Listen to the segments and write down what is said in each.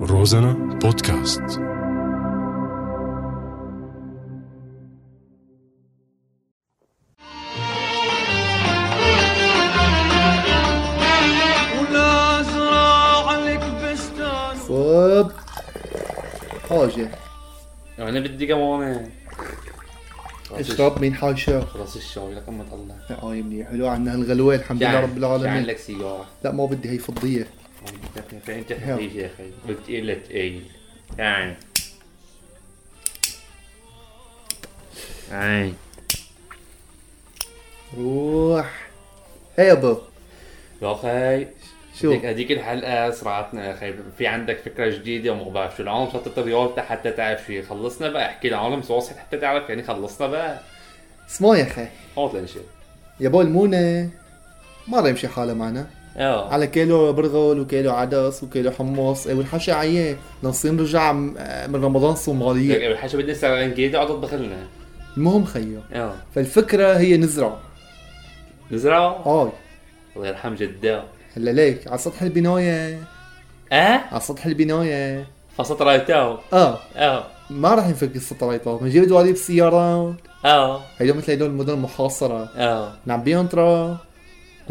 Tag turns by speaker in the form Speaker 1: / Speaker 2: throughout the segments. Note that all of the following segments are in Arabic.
Speaker 1: روزانا بودكاست
Speaker 2: والازرع عليك بستان
Speaker 3: وب حاجة
Speaker 4: انا يعني بدي كمان
Speaker 3: اشرب من حاشا
Speaker 4: خلاص الشاي لقمة الله
Speaker 3: هاي منيح حلو عنا هالغلوة الحمد لله
Speaker 4: شعل-
Speaker 3: رب العالمين
Speaker 4: شعل لك سيجارة
Speaker 3: لا ما بدي هي فضية
Speaker 4: في انت خفيف يا اخي قلت ايه لا تقيل يعني عين
Speaker 3: روح ايه يابا
Speaker 4: يا اخي
Speaker 3: شو؟
Speaker 4: هديك هديك الحلقة سرعتنا يا اخي في عندك فكرة جديدة وما بعرف شو العالم شطت الرياضة حتى تعرف شيء خلصنا بقى احكي العالم سواصل حتى تعرف يعني خلصنا بقى
Speaker 3: اسمع يا اخي
Speaker 4: حاط لنا شيء
Speaker 3: يابا المونة ما رح يمشي حالها معنا
Speaker 4: اه
Speaker 3: على كيلو برغل وكيلو عدس وكيلو حمص إيه، والحشا عياه لنصير نرجع م- آه، من رمضان صومالية
Speaker 4: لك الحشا بدنا سرعين جديدة وعطت دخلنا
Speaker 3: المهم خيو
Speaker 4: اه
Speaker 3: فالفكرة هي نزرع
Speaker 4: نزرع
Speaker 3: هاي
Speaker 4: الله يرحم جداه
Speaker 3: هلا ليك على سطح البناية
Speaker 4: اه
Speaker 3: على سطح البناية
Speaker 4: فصلت رايتاو
Speaker 3: اه
Speaker 4: اه
Speaker 3: ما راح ينفك السطليطات بنجيب دواليب سيارات
Speaker 4: اه
Speaker 3: هيدول مثل هيدول المدن المحاصرة نعم،
Speaker 4: اه
Speaker 3: نعبيهم ترا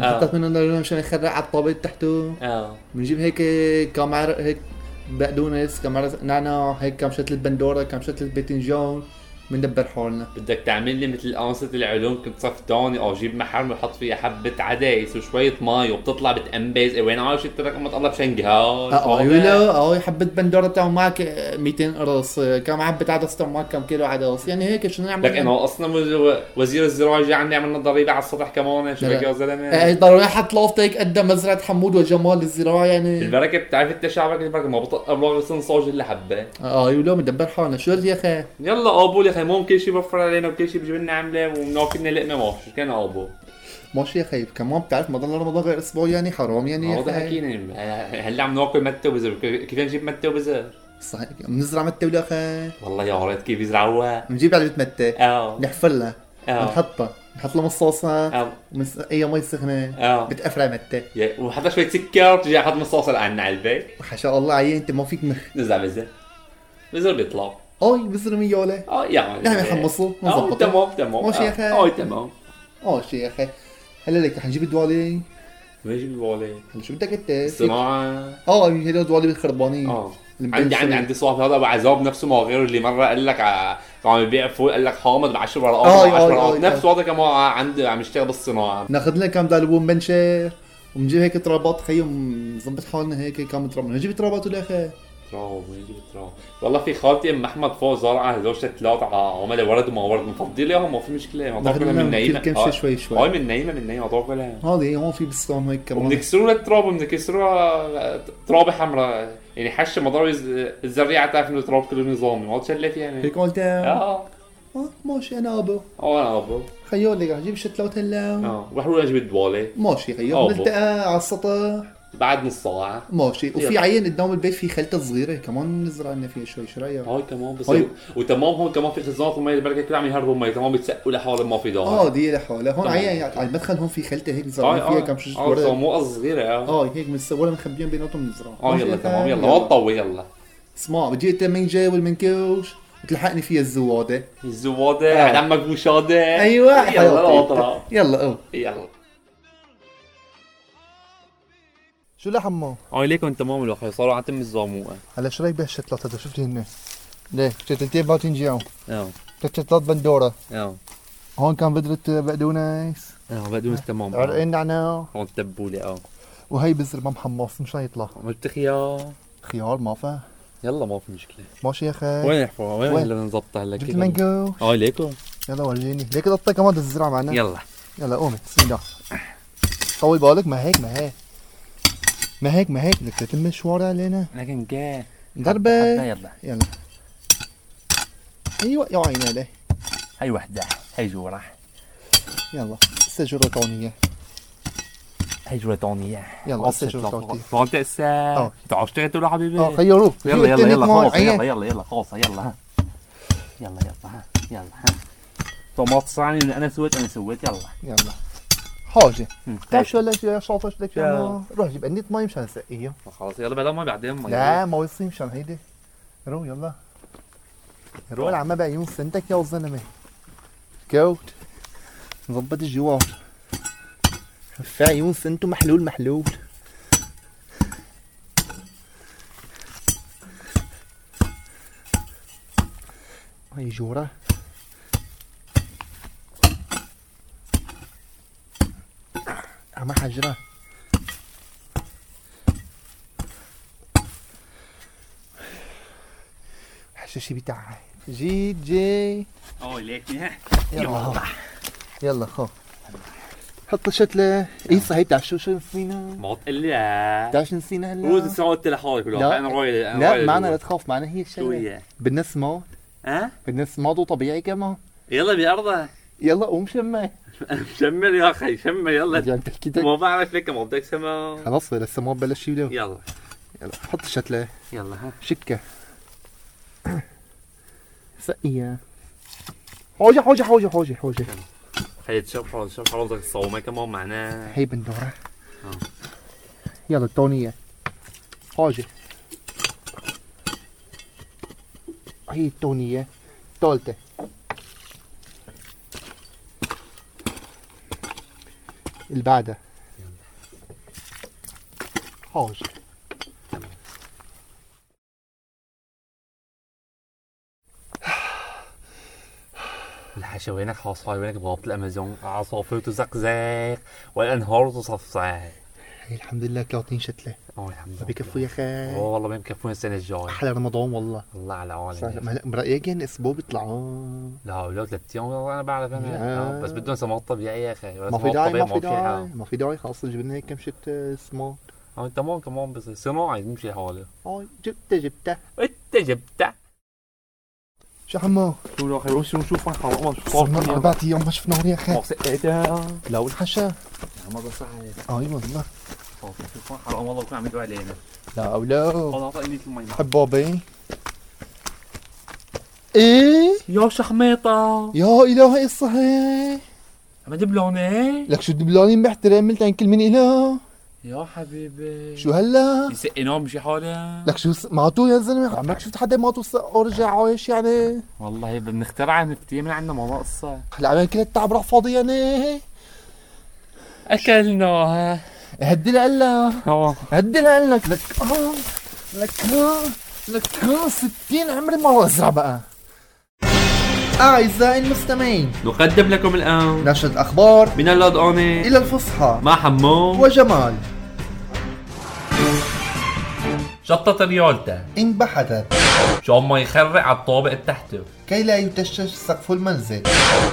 Speaker 4: آه.
Speaker 3: نحطت منهم لون مشان يخرع على الطابق تحته
Speaker 4: اه
Speaker 3: بنجيب هيك كم عرق هيك بقدونس كم عرق نعناع هيك كم شتلة بندورة كم شتلة باذنجان بندبر حالنا
Speaker 4: بدك تعمل لي مثل انسة العلوم كنت صف ثاني او جيب محل وحط فيها حبة عدايس وشوية مي وبتطلع بتأنبز إيه وين عايش انت رقم الله بشنجهار
Speaker 3: اه ايوه لا اه حبة بندورة تعمل معك 200 قرص كم حبة عدس تعمل معك كم كيلو عدس يعني هيك شو نعمل
Speaker 4: لك انا اصلا وز- وزير الزراعه جاي عم يعمل لنا ضريبه على السطح كمان شو
Speaker 3: لا.
Speaker 4: بك يا
Speaker 3: آه،
Speaker 4: زلمه
Speaker 3: ضروري حط لافته هيك قد مزرعة حمود وجمال الزراعة يعني
Speaker 4: البركه بتعرف انت شعبك البركه ما بطق ابلغ سن صوج الا حبه
Speaker 3: اه ايوه لا بندبر حالنا شو يا اخي
Speaker 4: يلا ابو يا اخي مو كل شيء بفر علينا وكل شيء بجيب لنا عمله وبناكلنا لقمه ما شو كان ابو
Speaker 3: ماشي يا خيب كمان بتعرف ما ضل رمضان غير اسبوع يعني حرام يعني يا
Speaker 4: هذا
Speaker 3: خيب
Speaker 4: حكينا هلا عم ناكل متى وبزر كيف نجيب متى وبزر
Speaker 3: صحيح بنزرع متى ولا خي
Speaker 4: والله يا ريت كيف يزرعوها
Speaker 3: بنجيب علبة متى
Speaker 4: اه
Speaker 3: بنحفرها
Speaker 4: اه
Speaker 3: بنحطها بنحط لها مصاصة
Speaker 4: اه
Speaker 3: ومس... اي مي سخنة
Speaker 4: اه
Speaker 3: بتقفرع متى
Speaker 4: يا- وحتى شوية سكر بتجي حط مصاص عنا على البيت
Speaker 3: وحشاء الله عيي انت ما فيك مخ
Speaker 4: نزع بزر بزر بيطلع
Speaker 3: اي بزر مية ولا
Speaker 4: اه يا عمي
Speaker 3: نعم يحمصوا
Speaker 4: اه
Speaker 3: ونظبطوا
Speaker 4: تمام تمام
Speaker 3: ماشي يا
Speaker 4: آه،
Speaker 3: أخي.
Speaker 4: اه تمام
Speaker 3: ماشي يا اخي هلا لك رح نجيب الدوالي
Speaker 4: ماشي بقولي
Speaker 3: هلا شو بدك انت؟ فيك-
Speaker 4: الصناعة
Speaker 3: اه هدول الدوالي الخربانين
Speaker 4: اه
Speaker 3: اللي
Speaker 4: عندي
Speaker 3: مبلشوا.
Speaker 4: عندي عندي صاحب هذا ابو عذاب نفسه ما غيره اللي مره قال لك ع- كان بيبيع فول قال لك حامض ب 10 ورقات
Speaker 3: آه،
Speaker 4: ب
Speaker 3: آه،
Speaker 4: 10
Speaker 3: آه،
Speaker 4: ورقات
Speaker 3: آه.
Speaker 4: نفسه هذا كمان عنده عم يشتغل بالصناعه
Speaker 3: ناخذ لنا كم دالبون بنشر ونجيب هيك ترابات خيو نظبط حالنا هيك كم تراب نجيب ترابات ولا اخي
Speaker 4: تراب ويجي تراب والله في خالتي ام احمد فوق زرعه هذول ثلاث عملاء ورد وما ورد مفضلهم ما في مشكله ما
Speaker 3: ناخذ
Speaker 4: طاقنا
Speaker 3: لنا كل
Speaker 4: من نايمه
Speaker 3: كم
Speaker 4: آه،
Speaker 3: شي شوي شوي
Speaker 4: هاي من نايمه من نايمه طاقنا
Speaker 3: هذه هون في بستان هيك كمان
Speaker 4: وبنكسروا التراب وبنكسروها ترابه حمراء يعني حشه مضارب الز- الزريعه تعرف انه تراب كله نظامي ما تشلف يعني
Speaker 3: هيك قلت اه
Speaker 4: اه
Speaker 3: ماشي انا ابو
Speaker 4: اه انا ابو
Speaker 3: خيول لك رح جيب شتلات هلا
Speaker 4: اه رح نروح نجيب الدوالي
Speaker 3: ماشي
Speaker 4: آه،
Speaker 3: خيول
Speaker 4: أبو.
Speaker 3: نلتقى على السطح
Speaker 4: بعد نص ساعه
Speaker 3: ماشي وفي
Speaker 4: يلا.
Speaker 3: عين قدام البيت في خلطه صغيره كمان نزرع لنا فيها شوي شو رايك؟
Speaker 4: هاي كمان بس
Speaker 3: طيب.
Speaker 4: وتمام هون كمان في خزانات المي البركه كلها عم يهربوا مي تمام بيتسقوا لحالهم ما في
Speaker 3: اه
Speaker 4: داعي
Speaker 3: دي لحالها هون
Speaker 4: تمام.
Speaker 3: عين يعني على المدخل هون في خلطه هيك
Speaker 4: هاي
Speaker 3: زرعنا فيها كم شجره
Speaker 4: اه
Speaker 3: ورد.
Speaker 4: صموقه صغيره اه
Speaker 3: اه هيك متسوله مخبيين بيناتهم نزرع
Speaker 4: اه يلا تمام يلا ما تطول يلا
Speaker 3: اسمع بدي انت منجا والمنكوش وتلحقني فيها الزواده
Speaker 4: الزواده
Speaker 3: آه.
Speaker 4: عاد عمك بوشاده
Speaker 3: ايوه
Speaker 4: أيوة، يلا
Speaker 3: حياتي.
Speaker 4: اطلع
Speaker 3: يلا او
Speaker 4: يلا
Speaker 3: شو لحمه؟
Speaker 4: اه ليكن تمام الوحي صاروا عتم الزاموقه
Speaker 3: هلا شو رايك بهالشتلات هذا شفت هن ليه شتلتين ما تنجعوا
Speaker 4: اه
Speaker 3: ثلاث شتلات بندوره
Speaker 4: اه
Speaker 3: هون كان بدرة بقدونس
Speaker 4: اه بدون تمام
Speaker 3: عرقين نعناع
Speaker 4: هون تبولي اه
Speaker 3: وهي بذر ما محمص مشان يطلع
Speaker 4: ملتخي اه
Speaker 3: خيار ما فيه
Speaker 4: يلا ما في مشكله
Speaker 3: ماشي يا اخي
Speaker 4: وين نحفرها وين
Speaker 3: وين؟
Speaker 4: هلا نظبطها هلا
Speaker 3: جبت
Speaker 4: كيف
Speaker 3: المانجو
Speaker 4: اه ليكو
Speaker 3: يلا ورجيني ليك قطة كمان بدها تزرع معنا
Speaker 4: يلا
Speaker 3: يلا قومي بسم الله طول بالك ما هيك ما هيك ما هيك ما هيك بدك تتم مشوار علينا
Speaker 4: لكن
Speaker 3: آه.
Speaker 4: جاي
Speaker 3: ضربة
Speaker 4: يلا
Speaker 3: يلا ايوه يا عيني عليه
Speaker 4: هي وحده هي جوره
Speaker 3: يلا استجرة طونية
Speaker 4: هي جوره ثانيه
Speaker 3: يلا استجرة طونية
Speaker 4: فهمت الساعه
Speaker 3: آه.
Speaker 4: تعال اشتغلت ولا حبيبي
Speaker 3: اه خيروه
Speaker 4: يلا يلا يلا خلص يلا يلا يلا خلص يلا ها يلا يلا ها يلا ها طماط صعني من انا سويت انا سويت يلا
Speaker 3: يلا حاجه بتعرف شو هلا شو- شاطر شو بدك
Speaker 4: شو.
Speaker 3: إياه؟ روح جيب قنية مي مشان سقيها
Speaker 4: خلص يلا بلا ما بعدين ما
Speaker 3: لا ما بيصير مشان هيدي رو إيه؟ يلا رو العمى بعيون سنتك يا الزلمه كوت مظبط الجوار في عيون سنتو محلول محلول هاي جورة عم حجرة حشاشي بتاعها جي جي
Speaker 4: اه ليك
Speaker 3: يلا هو. يلا خو حط الشتلة اي صحيح بتعرف شو شو نسينا
Speaker 4: ما قلت لا
Speaker 3: بتعرف شو نسينا
Speaker 4: روز
Speaker 3: هلا
Speaker 4: سعود لحالك
Speaker 3: لا.
Speaker 4: ولا انا رايح أنا رايح
Speaker 3: لا معنا لا
Speaker 4: لجوا.
Speaker 3: تخاف معنا هي
Speaker 4: شو
Speaker 3: الشغلة
Speaker 4: هي؟
Speaker 3: بدنا سموت
Speaker 4: ها؟
Speaker 3: بدنا سموت وطبيعي كمان
Speaker 4: يلا بأرضها
Speaker 3: يلا قوم شمع
Speaker 4: شمر يا اخي شمر يلا
Speaker 3: رجع تحكي
Speaker 4: ما بعرف لك ما بدك سما
Speaker 3: خلاص ولا السماء بلش يولو
Speaker 4: يلا
Speaker 3: يلا حط الشتلة
Speaker 4: يلا ها
Speaker 3: شكة سقية حوجة حوجة حوجة حوجة حوجة
Speaker 4: خلي تشرب حوض تشرب حوضك الصومة كمان معناه
Speaker 3: هي بندورة
Speaker 4: آه.
Speaker 3: يلا التونية حوجة هي التونية تالتة اللي بعدها حوجة
Speaker 4: الحشوينك حصايوينك بغابة الأمازون عصافير تزقزق والأنهار تصفصح
Speaker 3: هي الحمد لله 30 شتلة
Speaker 4: اه الحمد لله
Speaker 3: بكفوا يا
Speaker 4: اه
Speaker 3: خي
Speaker 4: والله ما يكفون السنة الجاية
Speaker 3: احلى رمضان والله
Speaker 4: الله على
Speaker 3: صح
Speaker 4: عالم
Speaker 3: ما هلا برأيك يعني اسبوع بيطلعوا
Speaker 4: لا هؤلاء ثلاث ايام والله انا بعرف انا
Speaker 3: يا.
Speaker 4: آه، بس بدهم سماط طبيعي يا اخي ولا
Speaker 3: ما في
Speaker 4: سماط
Speaker 3: داعي
Speaker 4: طبيعي
Speaker 3: ما في داعي ما في داعي خلاص جبنا هيك كم شتة سموك
Speaker 4: اه انت مو كمان بس صناعي يمشي حاله
Speaker 3: هاي جبته جبته
Speaker 4: انت جبته
Speaker 3: شو عمو
Speaker 4: شو يا اخي روح شو شوف عن حرام شو صار
Speaker 3: صرنا
Speaker 4: فيها.
Speaker 3: أربعة أيام ما شفنا يا أخي
Speaker 4: ما سقيتها
Speaker 3: لو الحشا
Speaker 4: ما بصح عليك
Speaker 3: أي والله
Speaker 4: شوف عن حرام والله كنا عم يدعوا علينا
Speaker 3: لا أو لا
Speaker 4: والله اعطيني المي
Speaker 3: حبابي إيه
Speaker 4: يا شخميطة
Speaker 3: يا إلهي الصحيح
Speaker 4: عم دبلوني
Speaker 3: لك شو دبلاني محترم قلت عن كل من إله
Speaker 4: يا حبيبي
Speaker 3: شو هلا
Speaker 4: يسقينا مشي حالة
Speaker 3: لك شو س- معتو يا زلمة عمرك شفت حدا معتو سقى ورجع عايش يعني
Speaker 4: والله بنخترع نفتي من عندنا ما ناقصة
Speaker 3: هلا عمل كل التعب راح فاضي يعني
Speaker 4: اكلناها
Speaker 3: هدي لقلك
Speaker 4: هو
Speaker 3: هدي لقلك لك آه لك آه لك آه 60 عمري ما أزرع بقى أعزائي المستمعين
Speaker 4: نقدم لكم الان
Speaker 3: نشرة أخبار
Speaker 4: من اللود اوني
Speaker 3: إلى الفصحى
Speaker 4: مع حمو
Speaker 3: وجمال
Speaker 4: شطة ريالتا
Speaker 3: انبحثت
Speaker 4: شو ما يخرق على الطابق تحته
Speaker 3: كي لا يتشش سقف المنزل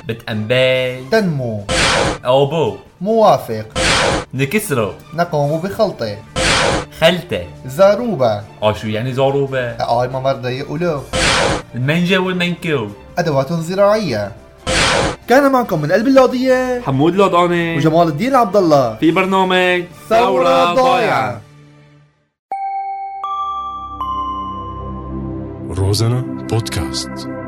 Speaker 4: بتأمبي
Speaker 3: تنمو
Speaker 4: او بو
Speaker 3: موافق
Speaker 4: نكسره
Speaker 3: نقوم بخلطه
Speaker 4: خلته
Speaker 3: زاروبة
Speaker 4: اه شو يعني زعروبة
Speaker 3: أي ممر ضيق له
Speaker 4: المنجا والمنكو
Speaker 3: أدوات زراعية كان معكم من قلب اللوضية
Speaker 4: حمود لوداني
Speaker 3: وجمال الدين عبد الله
Speaker 4: في برنامج
Speaker 1: Розана подкаст.